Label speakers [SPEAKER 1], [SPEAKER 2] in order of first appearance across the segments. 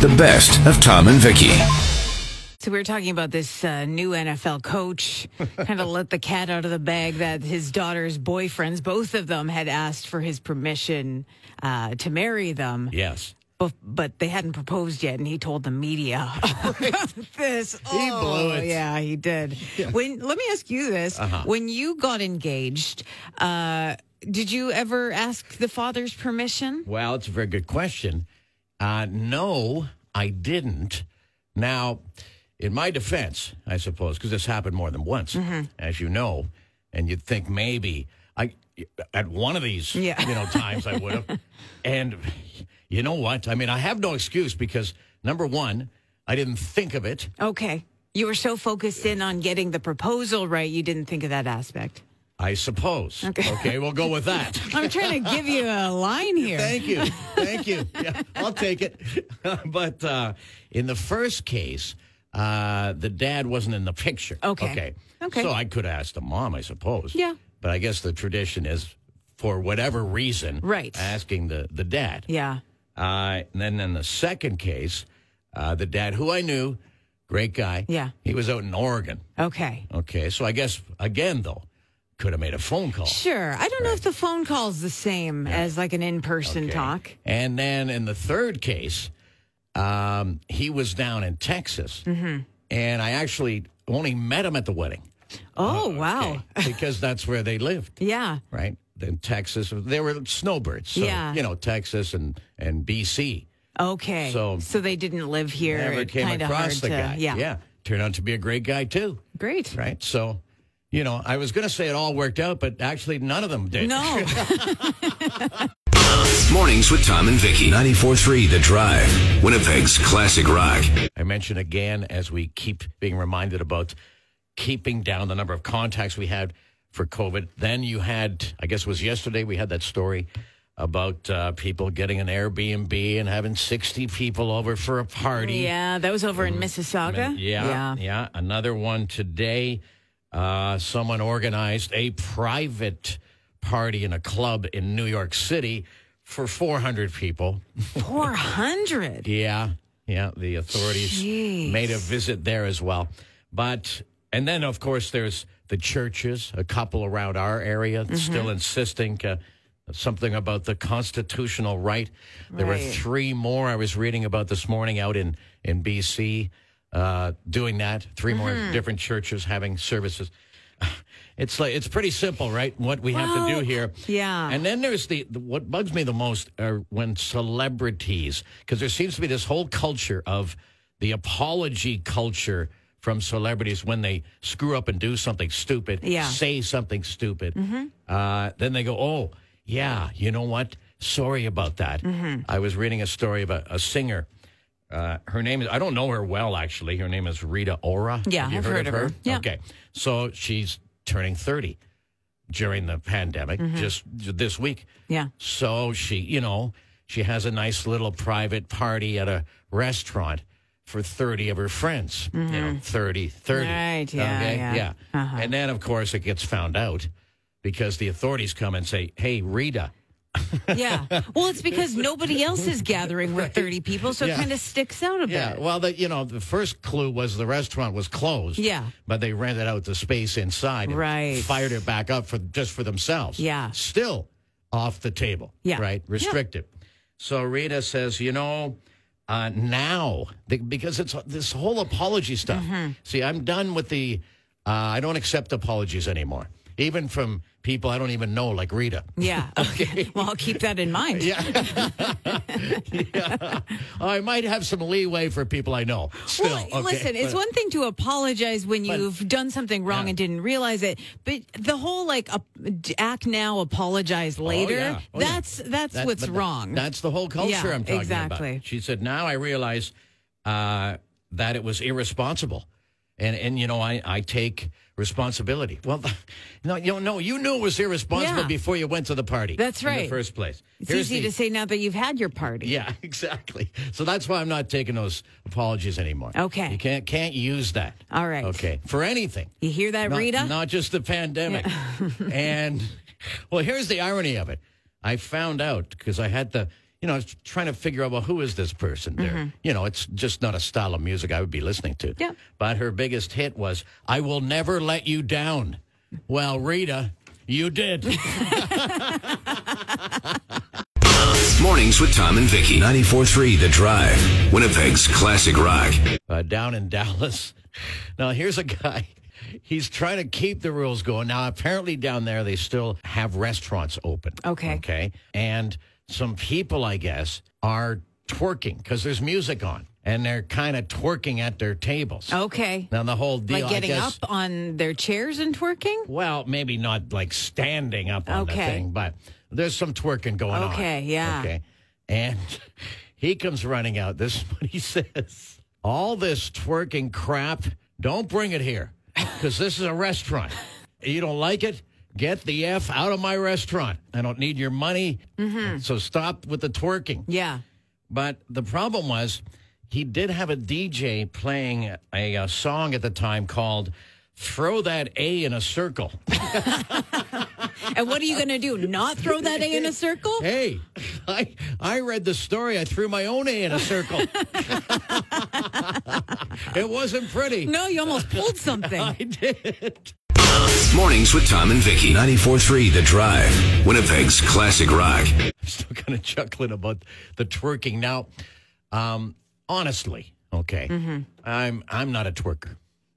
[SPEAKER 1] the best of Tom and Vicky.
[SPEAKER 2] So we were talking about this uh, new NFL coach kind of let the cat out of the bag that his daughter's boyfriends, both of them, had asked for his permission uh, to marry them,
[SPEAKER 3] Yes.
[SPEAKER 2] but, but they hadn't proposed yet, and he told the media this.
[SPEAKER 3] He
[SPEAKER 2] Oh,
[SPEAKER 3] blew it. Uh-huh.
[SPEAKER 2] Yeah, he did. When let me ask you this: when you got engaged, uh, did you ever ask the father's permission?
[SPEAKER 3] Well, it's a very good question. Uh, no, I didn't. Now, in my defense, I suppose, because this happened more than once, as you know, and you'd think maybe I at one of these,
[SPEAKER 2] Yeah.
[SPEAKER 3] you know, times I would have. and you know what? I mean, I have no excuse because number one, I didn't think of it.
[SPEAKER 2] Okay, you were so focused in on getting the proposal right, you didn't think of that aspect.
[SPEAKER 3] I suppose. Okay, we'll go with that.
[SPEAKER 2] I'm trying to give you a line here.
[SPEAKER 3] Thank you. Thank you. Yeah, I'll take it. but uh, in the first case, uh, the dad wasn't in the picture.
[SPEAKER 2] Okay.
[SPEAKER 3] Okay.
[SPEAKER 2] Okay.
[SPEAKER 3] So I could ask the mom, I suppose.
[SPEAKER 2] Yeah.
[SPEAKER 3] But I guess the tradition is, for whatever reason,
[SPEAKER 2] Right.
[SPEAKER 3] asking the, the dad.
[SPEAKER 2] yeah.
[SPEAKER 3] Uh, and then in the second case, uh, the dad, who I knew, great guy.
[SPEAKER 2] Yeah.
[SPEAKER 3] He was out in Oregon.
[SPEAKER 2] Okay.
[SPEAKER 3] Okay. So I guess, again, though, could have made a phone call.
[SPEAKER 2] Sure. I don't know if the phone call's the same as like an in-person
[SPEAKER 3] Okay.
[SPEAKER 2] talk.
[SPEAKER 3] And then in the third case, um, he was down in Texas,
[SPEAKER 2] Mm-hmm.
[SPEAKER 3] and I actually only met him at the wedding.
[SPEAKER 2] Oh, wow.
[SPEAKER 3] because that's where they lived,
[SPEAKER 2] Yeah.
[SPEAKER 3] right? In Texas, they were snowbirds. So,
[SPEAKER 2] Yeah.
[SPEAKER 3] you know, Texas and and BC.
[SPEAKER 2] Okay.
[SPEAKER 3] So-
[SPEAKER 2] they didn't live here.
[SPEAKER 3] Never
[SPEAKER 2] It's
[SPEAKER 3] came
[SPEAKER 2] kinda
[SPEAKER 3] across
[SPEAKER 2] hard
[SPEAKER 3] the
[SPEAKER 2] to-
[SPEAKER 3] guy.
[SPEAKER 2] Yeah.
[SPEAKER 3] yeah, turned out to be a great guy too.
[SPEAKER 2] Great.
[SPEAKER 3] Right, so. You know, I was going to say it all worked out, but actually none of them did.
[SPEAKER 2] No.
[SPEAKER 1] Mornings with Tom and Vicky. 94.3 The Drive. Winnipeg's classic rock.
[SPEAKER 3] I mentioned again as we keep being reminded about keeping down the number of contacts we had for COVID. Then you had, I guess it was yesterday, we had that story about uh, people getting an Airbnb and having 60 people over for a party.
[SPEAKER 2] yeah. That was over in Mississauga.
[SPEAKER 3] Mm. Yeah, yeah. Another one today. Uh, someone organized a private party in a club in New York City for 400 people.
[SPEAKER 2] 400.
[SPEAKER 3] Yeah, yeah. The authorities
[SPEAKER 2] Jeez.
[SPEAKER 3] made a visit there as well. But and then of course there's the churches, a couple around our area
[SPEAKER 2] Mm-hmm.
[SPEAKER 3] still insisting uh, something about the constitutional right. There were
[SPEAKER 2] Right.
[SPEAKER 3] three more I was reading about this morning out in in BC uh, doing that. 3
[SPEAKER 2] Mm-hmm.
[SPEAKER 3] more different churches having services. It's like it's pretty simple, right? What we have to do
[SPEAKER 2] Well,
[SPEAKER 3] here.
[SPEAKER 2] yeah.
[SPEAKER 3] And then there's the, the what bugs me the most are when celebrities, because there seems to be this whole culture of the apology culture from celebrities when they screw up and do something stupid,
[SPEAKER 2] Yeah. Mm-hmm.
[SPEAKER 3] say something stupid. Uh, then they go, oh, yeah, you know what? Sorry about that.
[SPEAKER 2] Mm-hmm.
[SPEAKER 3] I was reading a story about a singer. Uh, her name is, I don't know her well, actually. Her name is Rita Ora.
[SPEAKER 2] Yeah,
[SPEAKER 3] Have you
[SPEAKER 2] I've
[SPEAKER 3] heard, of her.
[SPEAKER 2] Yeah.
[SPEAKER 3] Okay. So she's turning 30 during the pandemic
[SPEAKER 2] Mm-hmm.
[SPEAKER 3] just this week.
[SPEAKER 2] Yeah.
[SPEAKER 3] So she, you know, she has a nice little private party at a restaurant for 30 of her friends. You know, 30, 30.
[SPEAKER 2] Mm-hmm. Right, yeah, yeah. Uh-huh.
[SPEAKER 3] And then, of course, it gets found out because the authorities come and say, hey, Rita.
[SPEAKER 2] Yeah. Well, it's because nobody else is gathering with 30 people, so it
[SPEAKER 3] Yeah.
[SPEAKER 2] kind of sticks out a
[SPEAKER 3] Yeah,
[SPEAKER 2] bit.
[SPEAKER 3] well, the, you know, the first clue was the restaurant was closed.
[SPEAKER 2] Yeah.
[SPEAKER 3] but they rented out the space inside. and
[SPEAKER 2] Right.
[SPEAKER 3] fired it back up for just for themselves.
[SPEAKER 2] Yeah.
[SPEAKER 3] still off the table.
[SPEAKER 2] Yeah.
[SPEAKER 3] right,
[SPEAKER 2] Yeah.
[SPEAKER 3] restricted. So Rita says, you know, uh, now the, because it's this whole apology stuff.
[SPEAKER 2] Mm-hmm.
[SPEAKER 3] See, I'm done with the. Uh, I don't accept apologies anymore, even from people I don't even know, like Rita.
[SPEAKER 2] Yeah. Okay. well, I'll keep that in mind.
[SPEAKER 3] I might have some leeway for people I know. Still,
[SPEAKER 2] Well,
[SPEAKER 3] okay.
[SPEAKER 2] listen, it's
[SPEAKER 3] But-
[SPEAKER 2] one thing to apologize when you've done something wrong
[SPEAKER 3] Yeah.
[SPEAKER 2] and didn't realize it, but the whole like ap- act now, apologize later,
[SPEAKER 3] yeah. Oh, yeah.
[SPEAKER 2] that's that's
[SPEAKER 3] That-
[SPEAKER 2] what's
[SPEAKER 3] but th-
[SPEAKER 2] wrong.
[SPEAKER 3] That's the whole culture
[SPEAKER 2] Yeah,
[SPEAKER 3] I'm talking
[SPEAKER 2] exactly.
[SPEAKER 3] about. She said, "Now I realize uh, that it was irresponsible, and and you know I, I take responsibility." Well, no, you know, no, you knew it was irresponsible
[SPEAKER 2] Yeah.
[SPEAKER 3] before you went to the party.
[SPEAKER 2] That's
[SPEAKER 3] In
[SPEAKER 2] right.
[SPEAKER 3] the first place.
[SPEAKER 2] it's
[SPEAKER 3] Here's
[SPEAKER 2] easy
[SPEAKER 3] the-
[SPEAKER 2] to say now that you've had your party.
[SPEAKER 3] Yeah, exactly. So that's why I'm not taking those apologies anymore.
[SPEAKER 2] Okay.
[SPEAKER 3] you can't can't use that.
[SPEAKER 2] All right.
[SPEAKER 3] Okay, for anything.
[SPEAKER 2] You hear that,
[SPEAKER 3] Not-
[SPEAKER 2] Rita?
[SPEAKER 3] Not, just the pandemic. and well, here's the irony of it. I found out because I had the you know, trying to figure out, well, who is this person there? You know, it's just not a style of music I would be listening to.
[SPEAKER 2] Yeah.
[SPEAKER 3] But her biggest hit was, I Will Never Let You Down. Well, Rita, you did.
[SPEAKER 1] Mornings with Tom and Vicky. 94.3 The Drive. Winnipeg's classic rock.
[SPEAKER 3] uh, down in Dallas. Now, here's a guy. He's trying to keep the rules going. Now, apparently, down there, they still have restaurants open.
[SPEAKER 2] Okay.
[SPEAKER 3] Okay. And some people, I guess, are twerking because there's music on and they're kind of twerking at their tables.
[SPEAKER 2] Okay.
[SPEAKER 3] Now, the whole deal,
[SPEAKER 2] Oh. like
[SPEAKER 3] I
[SPEAKER 2] getting
[SPEAKER 3] guess.
[SPEAKER 2] up on their chairs and twerking?
[SPEAKER 3] Well, maybe not like standing up on the
[SPEAKER 2] Okay.
[SPEAKER 3] thing, but there's some twerking going on.
[SPEAKER 2] Okay, yeah.
[SPEAKER 3] Okay. And he comes running out. This is what he says. All this twerking crap, don't bring it here because this is a restaurant. You don't like it? Get the F out of my restaurant. I don't need your money.
[SPEAKER 2] Mm-hmm.
[SPEAKER 3] So stop with the twerking.
[SPEAKER 2] Yeah.
[SPEAKER 3] But the problem was, he did have a DJ playing a, uh song at the time called Throw That A in a Circle.
[SPEAKER 2] And what are you going to do? Not throw that A in a circle?
[SPEAKER 3] hey, I, I read the story. I threw my own A in a circle. it wasn't pretty.
[SPEAKER 2] No, you almost pulled something.
[SPEAKER 3] I did.
[SPEAKER 1] Mornings with Tom and Vicky. 94.3 The Drive. Winnipeg's classic rock.
[SPEAKER 3] I'm still kind of chuckling about the twerking. Now, um, honestly, okay, I'm, I'm not a twerker.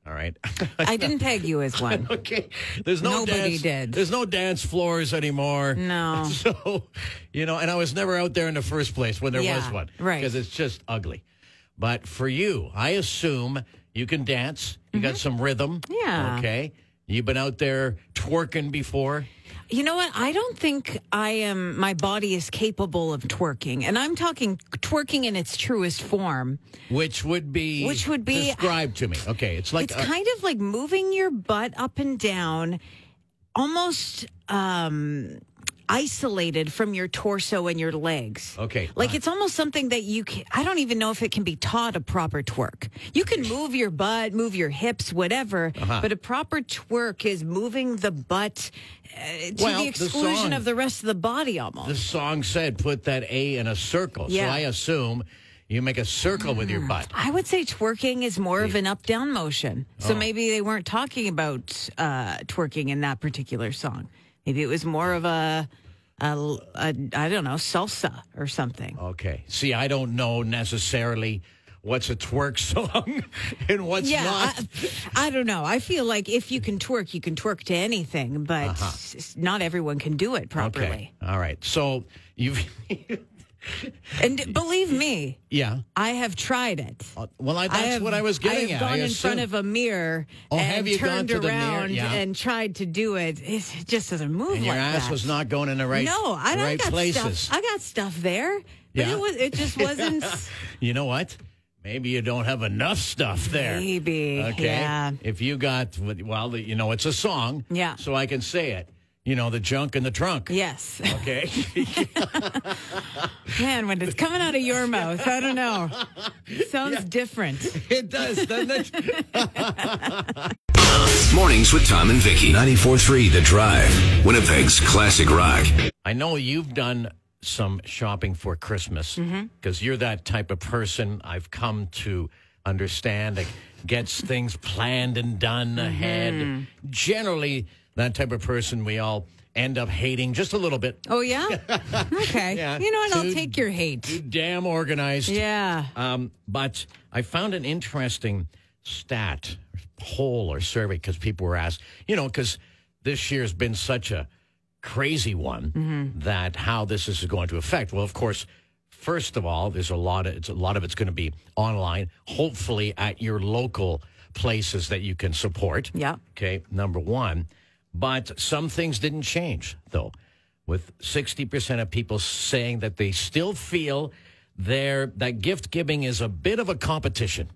[SPEAKER 3] All right.
[SPEAKER 2] I didn't peg you as one.
[SPEAKER 3] okay. There's no
[SPEAKER 2] Nobody
[SPEAKER 3] dance,
[SPEAKER 2] did.
[SPEAKER 3] There's no dance floors anymore.
[SPEAKER 2] No.
[SPEAKER 3] So, you know, and I was never out there in the first place when there
[SPEAKER 2] Yeah,
[SPEAKER 3] was one,
[SPEAKER 2] right.
[SPEAKER 3] Because it's just ugly. But for you, I assume you can dance. You got some rhythm.
[SPEAKER 2] Mm-hmm. Yeah.
[SPEAKER 3] Okay. You've been out there twerking before.
[SPEAKER 2] You know what? I don't think I am. My body is capable of twerking, and I'm talking twerking in its truest form.
[SPEAKER 3] Which would be
[SPEAKER 2] Which would be-
[SPEAKER 3] described to me. Okay, it's like
[SPEAKER 2] It's
[SPEAKER 3] uh,
[SPEAKER 2] kind of like moving your butt up and down, almost um, isolated from your torso and your legs.
[SPEAKER 3] Okay.
[SPEAKER 2] like it's almost something that you can. I don't even know if it can be taught a proper twerk. You can move your butt, move your hips, whatever,
[SPEAKER 3] Uh-huh.
[SPEAKER 2] but a proper twerk is moving the butt uh, to
[SPEAKER 3] Well,
[SPEAKER 2] the
[SPEAKER 3] the
[SPEAKER 2] exclusion
[SPEAKER 3] song-
[SPEAKER 2] of the rest of the body, almost.
[SPEAKER 3] the song said, put that A in a circle. So
[SPEAKER 2] Yeah. Mm.
[SPEAKER 3] I assume you make a circle with your butt.
[SPEAKER 2] I would say twerking is more of an up down motion. So maybe they weren't talking about uh, twerking in that particular song. Maybe it was more of a, a, a I don't know, salsa or something.
[SPEAKER 3] Okay. See, I don't know necessarily what's a twerk song and what's
[SPEAKER 2] yeah,
[SPEAKER 3] not.
[SPEAKER 2] I, I don't know. I feel like if you can twerk, you can twerk to anything, but s- s- not everyone can do it properly.
[SPEAKER 3] okay. All right. So you've,
[SPEAKER 2] And believe me,
[SPEAKER 3] yeah. Uh,
[SPEAKER 2] I have tried it.
[SPEAKER 3] Well, I, that's
[SPEAKER 2] have-
[SPEAKER 3] what I was
[SPEAKER 2] I
[SPEAKER 3] getting at.
[SPEAKER 2] have gone
[SPEAKER 3] I
[SPEAKER 2] in front of
[SPEAKER 3] assume.
[SPEAKER 2] a mirror
[SPEAKER 3] Oh,
[SPEAKER 2] and
[SPEAKER 3] have you gone
[SPEAKER 2] turned
[SPEAKER 3] to the mirror?
[SPEAKER 2] around
[SPEAKER 3] Yeah.
[SPEAKER 2] and tried to do it. It's- It just doesn't move
[SPEAKER 3] and your
[SPEAKER 2] like
[SPEAKER 3] ass
[SPEAKER 2] that.
[SPEAKER 3] was not going in the right,
[SPEAKER 2] no, I, I
[SPEAKER 3] right
[SPEAKER 2] got
[SPEAKER 3] places.
[SPEAKER 2] stuff. I got stuff there, but
[SPEAKER 3] Yeah.
[SPEAKER 2] it was it just wasn't. s-
[SPEAKER 3] you know what? Maybe you don't have enough stuff there.
[SPEAKER 2] Maybe,
[SPEAKER 3] Okay.
[SPEAKER 2] yeah.
[SPEAKER 3] If you got, well, you know, it's a song.
[SPEAKER 2] Yeah.
[SPEAKER 3] So I can say it. You know, the junk in the trunk.
[SPEAKER 2] yes,
[SPEAKER 3] Okay.
[SPEAKER 2] man, when it's coming out of your mouth, I don't know. Sounds different.
[SPEAKER 3] it does, doesn't it?
[SPEAKER 1] Mornings with Tom and Vicky. 94.3 The Drive. Winnipeg's classic rock.
[SPEAKER 3] I know you've done some shopping for Christmas because you're that type of person I've come to understand that gets things planned and done ahead. Generally, that type of person we all end up hating just a little bit.
[SPEAKER 2] Oh yeah, okay.
[SPEAKER 3] Yeah.
[SPEAKER 2] You know what? I'll
[SPEAKER 3] Dude.
[SPEAKER 2] take your hate.
[SPEAKER 3] Damn organized.
[SPEAKER 2] Yeah.
[SPEAKER 3] Um, but I found an interesting stat, poll, or survey because people were asked, you know, because this year's been such a crazy one that how this is going to affect. Well, of course, first of all, there's a lot of it's a lot of it's going to be online. Hopefully, at your local places that you can support.
[SPEAKER 2] Yeah.
[SPEAKER 3] Okay, number one. But some things didn't change, though, with 60% of people saying that they still feel their, that gift giving is a bit of a competition.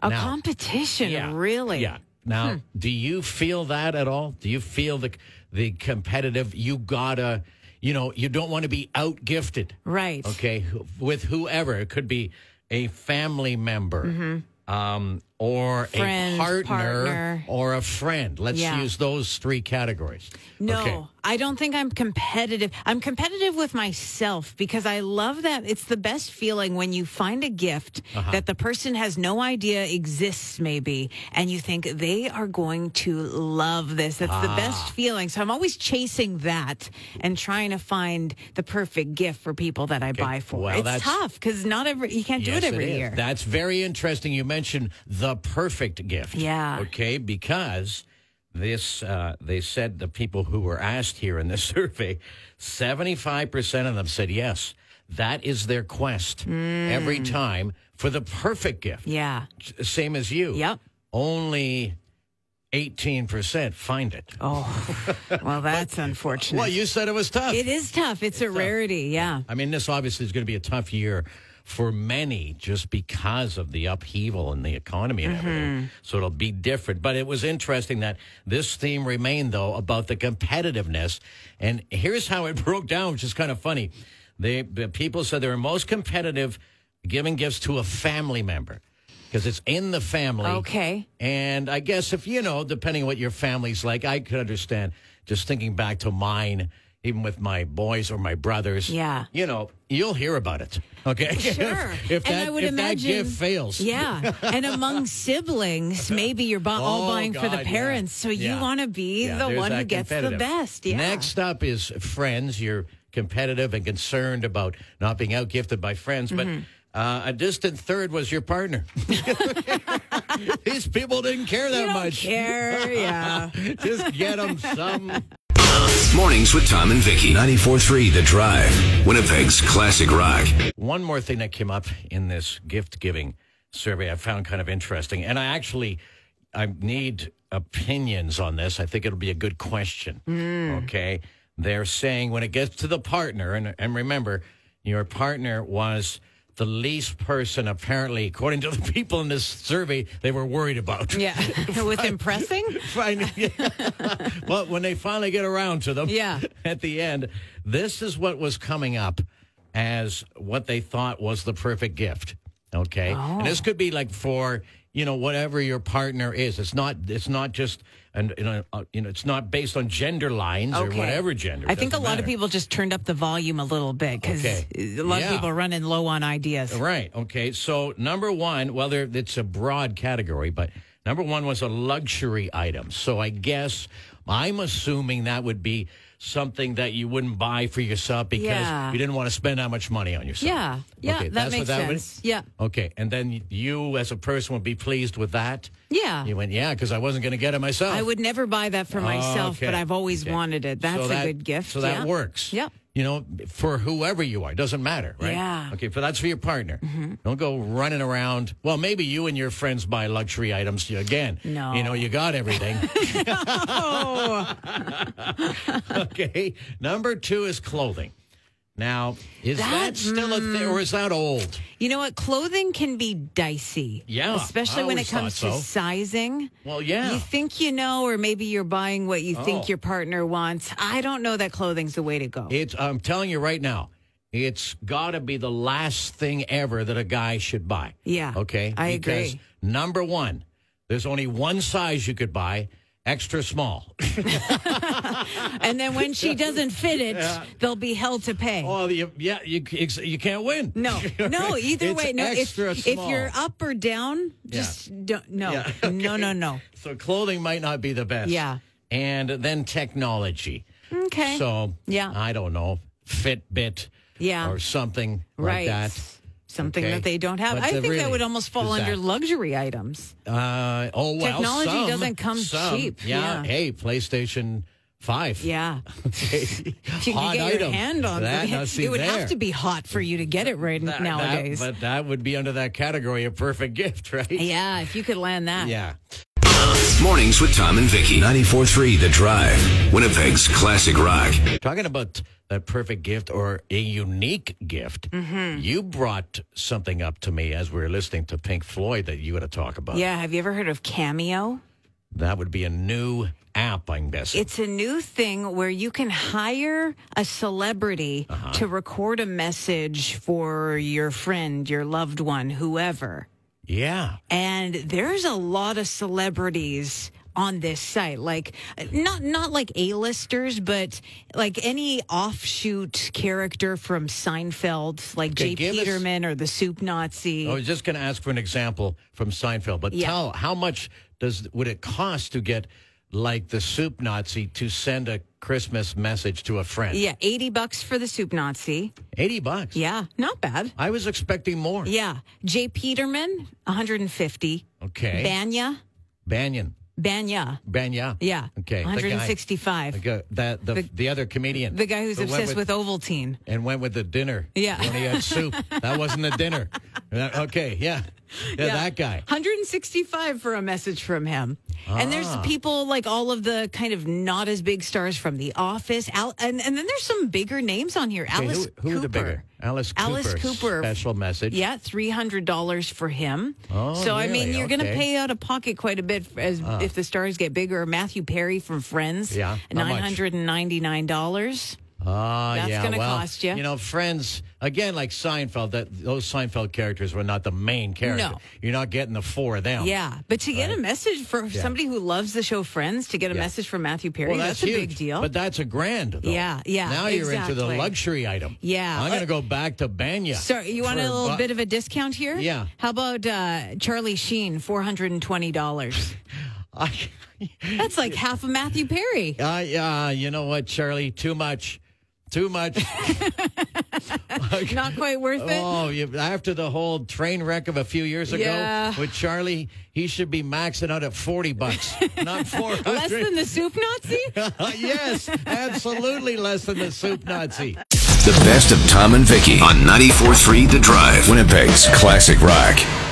[SPEAKER 2] A
[SPEAKER 3] Now-
[SPEAKER 2] competition, really? Hmm.
[SPEAKER 3] Yeah. Now, do you feel that at all? Do you feel the, the competitive, you gotta, you know, you don't want to be out gifted?
[SPEAKER 2] Right.
[SPEAKER 3] okay who- with whoever it could be a family member um or
[SPEAKER 2] Friend,
[SPEAKER 3] a partner,
[SPEAKER 2] Mm-hmm. partner.
[SPEAKER 3] or a friend. Let's
[SPEAKER 2] Yeah.
[SPEAKER 3] use those three categories.
[SPEAKER 2] No,
[SPEAKER 3] Okay.
[SPEAKER 2] I don't think I'm competitive. I'm competitive with myself because I love that. It's the best feeling when you find a gift
[SPEAKER 3] Uh-huh.
[SPEAKER 2] that the person has no idea exists, maybe, and you think they are going to love this. That's
[SPEAKER 3] Ah.
[SPEAKER 2] the best feeling. So I'm always chasing that and trying to find the perfect gift for people that I buy for.
[SPEAKER 3] Well,
[SPEAKER 2] it's
[SPEAKER 3] that's-
[SPEAKER 2] tough because not every you can't do it
[SPEAKER 3] Yes,
[SPEAKER 2] every
[SPEAKER 3] is.
[SPEAKER 2] year.
[SPEAKER 3] That's very interesting. You mentioned the perfect gift.
[SPEAKER 2] Yeah.
[SPEAKER 3] Okay, because this uh, they said the people who were asked here in this survey, seventy five percent of them said yes. That is their quest
[SPEAKER 2] Mm.
[SPEAKER 3] every time for the perfect gift.
[SPEAKER 2] yeah.
[SPEAKER 3] S- Same as you.
[SPEAKER 2] Yep.
[SPEAKER 3] Only eighteen percent find it.
[SPEAKER 2] Oh, well, that's unfortunate.
[SPEAKER 3] Well, you said it was tough.
[SPEAKER 2] it is tough. It's, a rarity. Yeah.
[SPEAKER 3] I mean, this obviously is going to be a tough year for many just because of the upheaval in the economy and
[SPEAKER 2] Mm-hmm.
[SPEAKER 3] everything. So it'll be different. But it was interesting that this theme remained, though, about the competitiveness. And here's how it broke down, which is kind of funny. They, the people said they were most competitive giving gifts to a family member because it's in the family.
[SPEAKER 2] Okay.
[SPEAKER 3] And I guess if you know, depending on what your family's like, I could understand just thinking back to mine, even with my boys or my brothers.
[SPEAKER 2] Yeah.
[SPEAKER 3] You know, you'll hear about it. Okay.
[SPEAKER 2] Sure.
[SPEAKER 3] if if that, if that gift fails.
[SPEAKER 2] Yeah. and among siblings, maybe you're bu- all
[SPEAKER 3] Oh,
[SPEAKER 2] buying for the
[SPEAKER 3] God, yeah.
[SPEAKER 2] parents. So you
[SPEAKER 3] Yeah.
[SPEAKER 2] want to be
[SPEAKER 3] Yeah,
[SPEAKER 2] the
[SPEAKER 3] there's
[SPEAKER 2] one who
[SPEAKER 3] that
[SPEAKER 2] gets the
[SPEAKER 3] competitive.
[SPEAKER 2] best. Yeah.
[SPEAKER 3] Next up is friends. You're competitive and concerned about not being outgifted by friends, but
[SPEAKER 2] Mm-hmm.
[SPEAKER 3] uh, a distant third was your partner. These people didn't care that
[SPEAKER 2] you don't
[SPEAKER 3] much.
[SPEAKER 2] care. Yeah.
[SPEAKER 3] Just get them some.
[SPEAKER 1] Mornings with Tom and Vicky. 94.3 The Drive. Winnipeg's classic rock.
[SPEAKER 3] One more thing that came up in this gift giving survey I found kind of interesting, and I actually I need opinions on this. I think it'll be a good question. Okay, they're saying when it gets to the partner, and and remember, your partner was the least person apparently, according to the people in this survey, they were worried about.
[SPEAKER 2] Yeah. With impressing?
[SPEAKER 3] Finding, well, when they finally get around to them,
[SPEAKER 2] Yeah.
[SPEAKER 3] at the end, this is what was coming up as what they thought was the perfect gift. Okay, and
[SPEAKER 2] Oh.
[SPEAKER 3] this could be like for you know whatever your partner is. It's not. It's not just and you know uh, you know it's not based on gender lines or whatever gender.
[SPEAKER 2] I
[SPEAKER 3] It
[SPEAKER 2] think a
[SPEAKER 3] doesn't
[SPEAKER 2] lot of
[SPEAKER 3] matter.
[SPEAKER 2] people just turned up the volume a little bit because
[SPEAKER 3] Okay.
[SPEAKER 2] a lot of
[SPEAKER 3] Yeah.
[SPEAKER 2] people are running low on ideas.
[SPEAKER 3] Right. Okay. So number one, well, there, it's a broad category, but number one was a luxury item. So I guess I'm assuming that would be something that you wouldn't buy for yourself because
[SPEAKER 2] Yeah.
[SPEAKER 3] you didn't want to spend that much money on yourself.
[SPEAKER 2] Yeah. Yeah, that
[SPEAKER 3] that's what
[SPEAKER 2] makes
[SPEAKER 3] would-
[SPEAKER 2] sense. Yeah.
[SPEAKER 3] Okay. And then you, as a person, would be pleased with that.
[SPEAKER 2] Yeah.
[SPEAKER 3] You went, yeah, because I wasn't going to get it myself.
[SPEAKER 2] I would never buy that for myself,
[SPEAKER 3] Oh, Okay.
[SPEAKER 2] but I've always
[SPEAKER 3] Okay.
[SPEAKER 2] wanted it. That's
[SPEAKER 3] So
[SPEAKER 2] a
[SPEAKER 3] that-
[SPEAKER 2] good gift.
[SPEAKER 3] So that
[SPEAKER 2] yeah.
[SPEAKER 3] works.
[SPEAKER 2] Yep.
[SPEAKER 3] You know, for whoever you are, it doesn't matter, right?
[SPEAKER 2] Yeah. Mm-hmm.
[SPEAKER 3] Okay, but that's for your partner. Don't go running around. Well, maybe you and your friends buy luxury items You- again.
[SPEAKER 2] No.
[SPEAKER 3] You know, you got everything. okay. Number two is clothing. Now, is that,
[SPEAKER 2] That-
[SPEAKER 3] still a thing or is that old?
[SPEAKER 2] You know what? Clothing can be dicey.
[SPEAKER 3] Yeah,
[SPEAKER 2] Especially
[SPEAKER 3] I
[SPEAKER 2] when it
[SPEAKER 3] always thought
[SPEAKER 2] comes to
[SPEAKER 3] so.
[SPEAKER 2] sizing.
[SPEAKER 3] Well, yeah.
[SPEAKER 2] You think you know, or maybe you're buying what you think
[SPEAKER 3] Oh.
[SPEAKER 2] your partner wants. I don't know that clothing's the way to go.
[SPEAKER 3] It's I'm telling you right now, it's got to be the last thing ever that a guy should buy.
[SPEAKER 2] Yeah,
[SPEAKER 3] Okay.
[SPEAKER 2] I
[SPEAKER 3] Because
[SPEAKER 2] agree.
[SPEAKER 3] Number one, there's only one size you could buy, extra small.
[SPEAKER 2] and then when she doesn't fit it, they'll be held to pay.
[SPEAKER 3] oh, you, yeah, you ex- you can't win.
[SPEAKER 2] No, no. Either
[SPEAKER 3] It's
[SPEAKER 2] way, no. If,
[SPEAKER 3] Extra
[SPEAKER 2] if
[SPEAKER 3] small.
[SPEAKER 2] you're up or down, just don't. No,
[SPEAKER 3] Yeah, okay.
[SPEAKER 2] no, no, no.
[SPEAKER 3] So clothing might not be the best.
[SPEAKER 2] Yeah.
[SPEAKER 3] And then technology.
[SPEAKER 2] Okay.
[SPEAKER 3] So
[SPEAKER 2] Yeah.
[SPEAKER 3] I don't know, Fitbit.
[SPEAKER 2] Yeah.
[SPEAKER 3] Or something
[SPEAKER 2] right.
[SPEAKER 3] like that.
[SPEAKER 2] Something
[SPEAKER 3] Okay.
[SPEAKER 2] that they don't have.
[SPEAKER 3] But
[SPEAKER 2] I
[SPEAKER 3] the
[SPEAKER 2] think that
[SPEAKER 3] really-
[SPEAKER 2] would almost fall
[SPEAKER 3] is
[SPEAKER 2] under
[SPEAKER 3] that-
[SPEAKER 2] luxury items.
[SPEAKER 3] Uh, oh well,
[SPEAKER 2] Technology
[SPEAKER 3] some-
[SPEAKER 2] doesn't come
[SPEAKER 3] some,
[SPEAKER 2] cheap, yeah.
[SPEAKER 3] Yeah, Hey, PlayStation Five.
[SPEAKER 2] Yeah. If you
[SPEAKER 3] Hot
[SPEAKER 2] could get your
[SPEAKER 3] item.
[SPEAKER 2] hand on
[SPEAKER 3] That, now,
[SPEAKER 2] it,
[SPEAKER 3] see
[SPEAKER 2] it would
[SPEAKER 3] there.
[SPEAKER 2] have to be hot for you to get it right
[SPEAKER 3] That- that-
[SPEAKER 2] nowadays.
[SPEAKER 3] but that would be under that category of perfect gift, right?
[SPEAKER 2] yeah, if you could land that.
[SPEAKER 3] Yeah.
[SPEAKER 1] Mornings with Tom and Vicky. 94.3 The Drive. Winnipeg's classic rock.
[SPEAKER 3] Talking about that perfect gift or a unique gift,
[SPEAKER 2] Mm-hmm.
[SPEAKER 3] you brought something up to me as we were listening to Pink Floyd that you got to talk about.
[SPEAKER 2] Yeah, have you ever heard of Cameo?
[SPEAKER 3] That would be a new app, I'm guessing.
[SPEAKER 2] It's a new thing where you can hire a celebrity
[SPEAKER 3] Uh-huh.
[SPEAKER 2] to record a message for your friend, your loved one, whoever.
[SPEAKER 3] Yeah.
[SPEAKER 2] and there's a lot of celebrities on this site like not not like a-listers but like any offshoot character from seinfeld like jay
[SPEAKER 3] Okay, give us- Oh,
[SPEAKER 2] peterman or the soup nazi
[SPEAKER 3] I was just going to ask for an example from Seinfeld, but
[SPEAKER 2] Yeah.
[SPEAKER 3] tell how much does would it cost to get like the soup Nazi to send a Christmas message to a friend?
[SPEAKER 2] yeah 80 bucks for the soup nazi
[SPEAKER 3] eighty bucks.
[SPEAKER 2] yeah not bad
[SPEAKER 3] I was expecting more.
[SPEAKER 2] yeah jay peterman 150
[SPEAKER 3] Okay.
[SPEAKER 2] banya
[SPEAKER 3] Banyan,
[SPEAKER 2] banya
[SPEAKER 3] Banya.
[SPEAKER 2] yeah
[SPEAKER 3] Okay. the guy-
[SPEAKER 2] 165
[SPEAKER 3] The guy, that the, the other comedian,
[SPEAKER 2] the guy who's
[SPEAKER 3] who went
[SPEAKER 2] obsessed with, ovaltine
[SPEAKER 3] and went with the dinner.
[SPEAKER 2] Yeah.
[SPEAKER 3] When he had soup, that wasn't the dinner. That- okay. Yeah. Yeah. That guy.
[SPEAKER 2] 165 for a message from him. And there's
[SPEAKER 3] Ah.
[SPEAKER 2] people like all of the kind of not as big stars from The Office. Al- and, and then there's some bigger names on here.
[SPEAKER 3] Okay,
[SPEAKER 2] Alice
[SPEAKER 3] who, who
[SPEAKER 2] Cooper.
[SPEAKER 3] are the bigger? Alice Cooper.
[SPEAKER 2] Alice Cooper.
[SPEAKER 3] Special message.
[SPEAKER 2] Yeah, $300 for him.
[SPEAKER 3] Oh,
[SPEAKER 2] so, I mean,
[SPEAKER 3] really?
[SPEAKER 2] you're going to
[SPEAKER 3] Okay. Ah.
[SPEAKER 2] pay out of pocket quite a bit as, if the stars get bigger. Matthew Perry from Friends.
[SPEAKER 3] Yeah, not much.
[SPEAKER 2] $999.
[SPEAKER 3] Ah,
[SPEAKER 2] That's
[SPEAKER 3] yeah.
[SPEAKER 2] gonna
[SPEAKER 3] well,
[SPEAKER 2] cost ya.
[SPEAKER 3] You know, Friends again, like Seinfeld. That those Seinfeld characters were not the main character.
[SPEAKER 2] No.
[SPEAKER 3] You're not getting the four of them.
[SPEAKER 2] Yeah, but to get a message for somebody who loves the show Friends, to get a message from Matthew Perry,
[SPEAKER 3] Well,
[SPEAKER 2] that's,
[SPEAKER 3] that's,
[SPEAKER 2] a
[SPEAKER 3] huge,
[SPEAKER 2] big deal.
[SPEAKER 3] But that's a grand. Though.
[SPEAKER 2] Yeah, yeah,
[SPEAKER 3] Now you're into the
[SPEAKER 2] exactly.
[SPEAKER 3] luxury item.
[SPEAKER 2] Yeah.
[SPEAKER 3] I'm
[SPEAKER 2] Uh,
[SPEAKER 3] gonna go back to Banya.
[SPEAKER 2] So you want
[SPEAKER 3] for
[SPEAKER 2] a little
[SPEAKER 3] bu-
[SPEAKER 2] bit of a discount here?
[SPEAKER 3] Yeah.
[SPEAKER 2] How about uh, Charlie Sheen, four hundred and twenty dollars?
[SPEAKER 3] I,
[SPEAKER 2] That's like half of Matthew Perry.
[SPEAKER 3] I, uh, you know what, Charlie? Too much. Too much.
[SPEAKER 2] Not quite worth it.
[SPEAKER 3] Oh, you, after the whole train wreck of a few years ago
[SPEAKER 2] Yeah.
[SPEAKER 3] with Charlie, he should be maxing out at forty bucks, not four hundred.
[SPEAKER 2] Less than the soup Nazi.
[SPEAKER 3] yes, absolutely less than the soup Nazi.
[SPEAKER 1] The best of Tom and Vicky on 94.3 The Drive, Winnipeg's classic rock.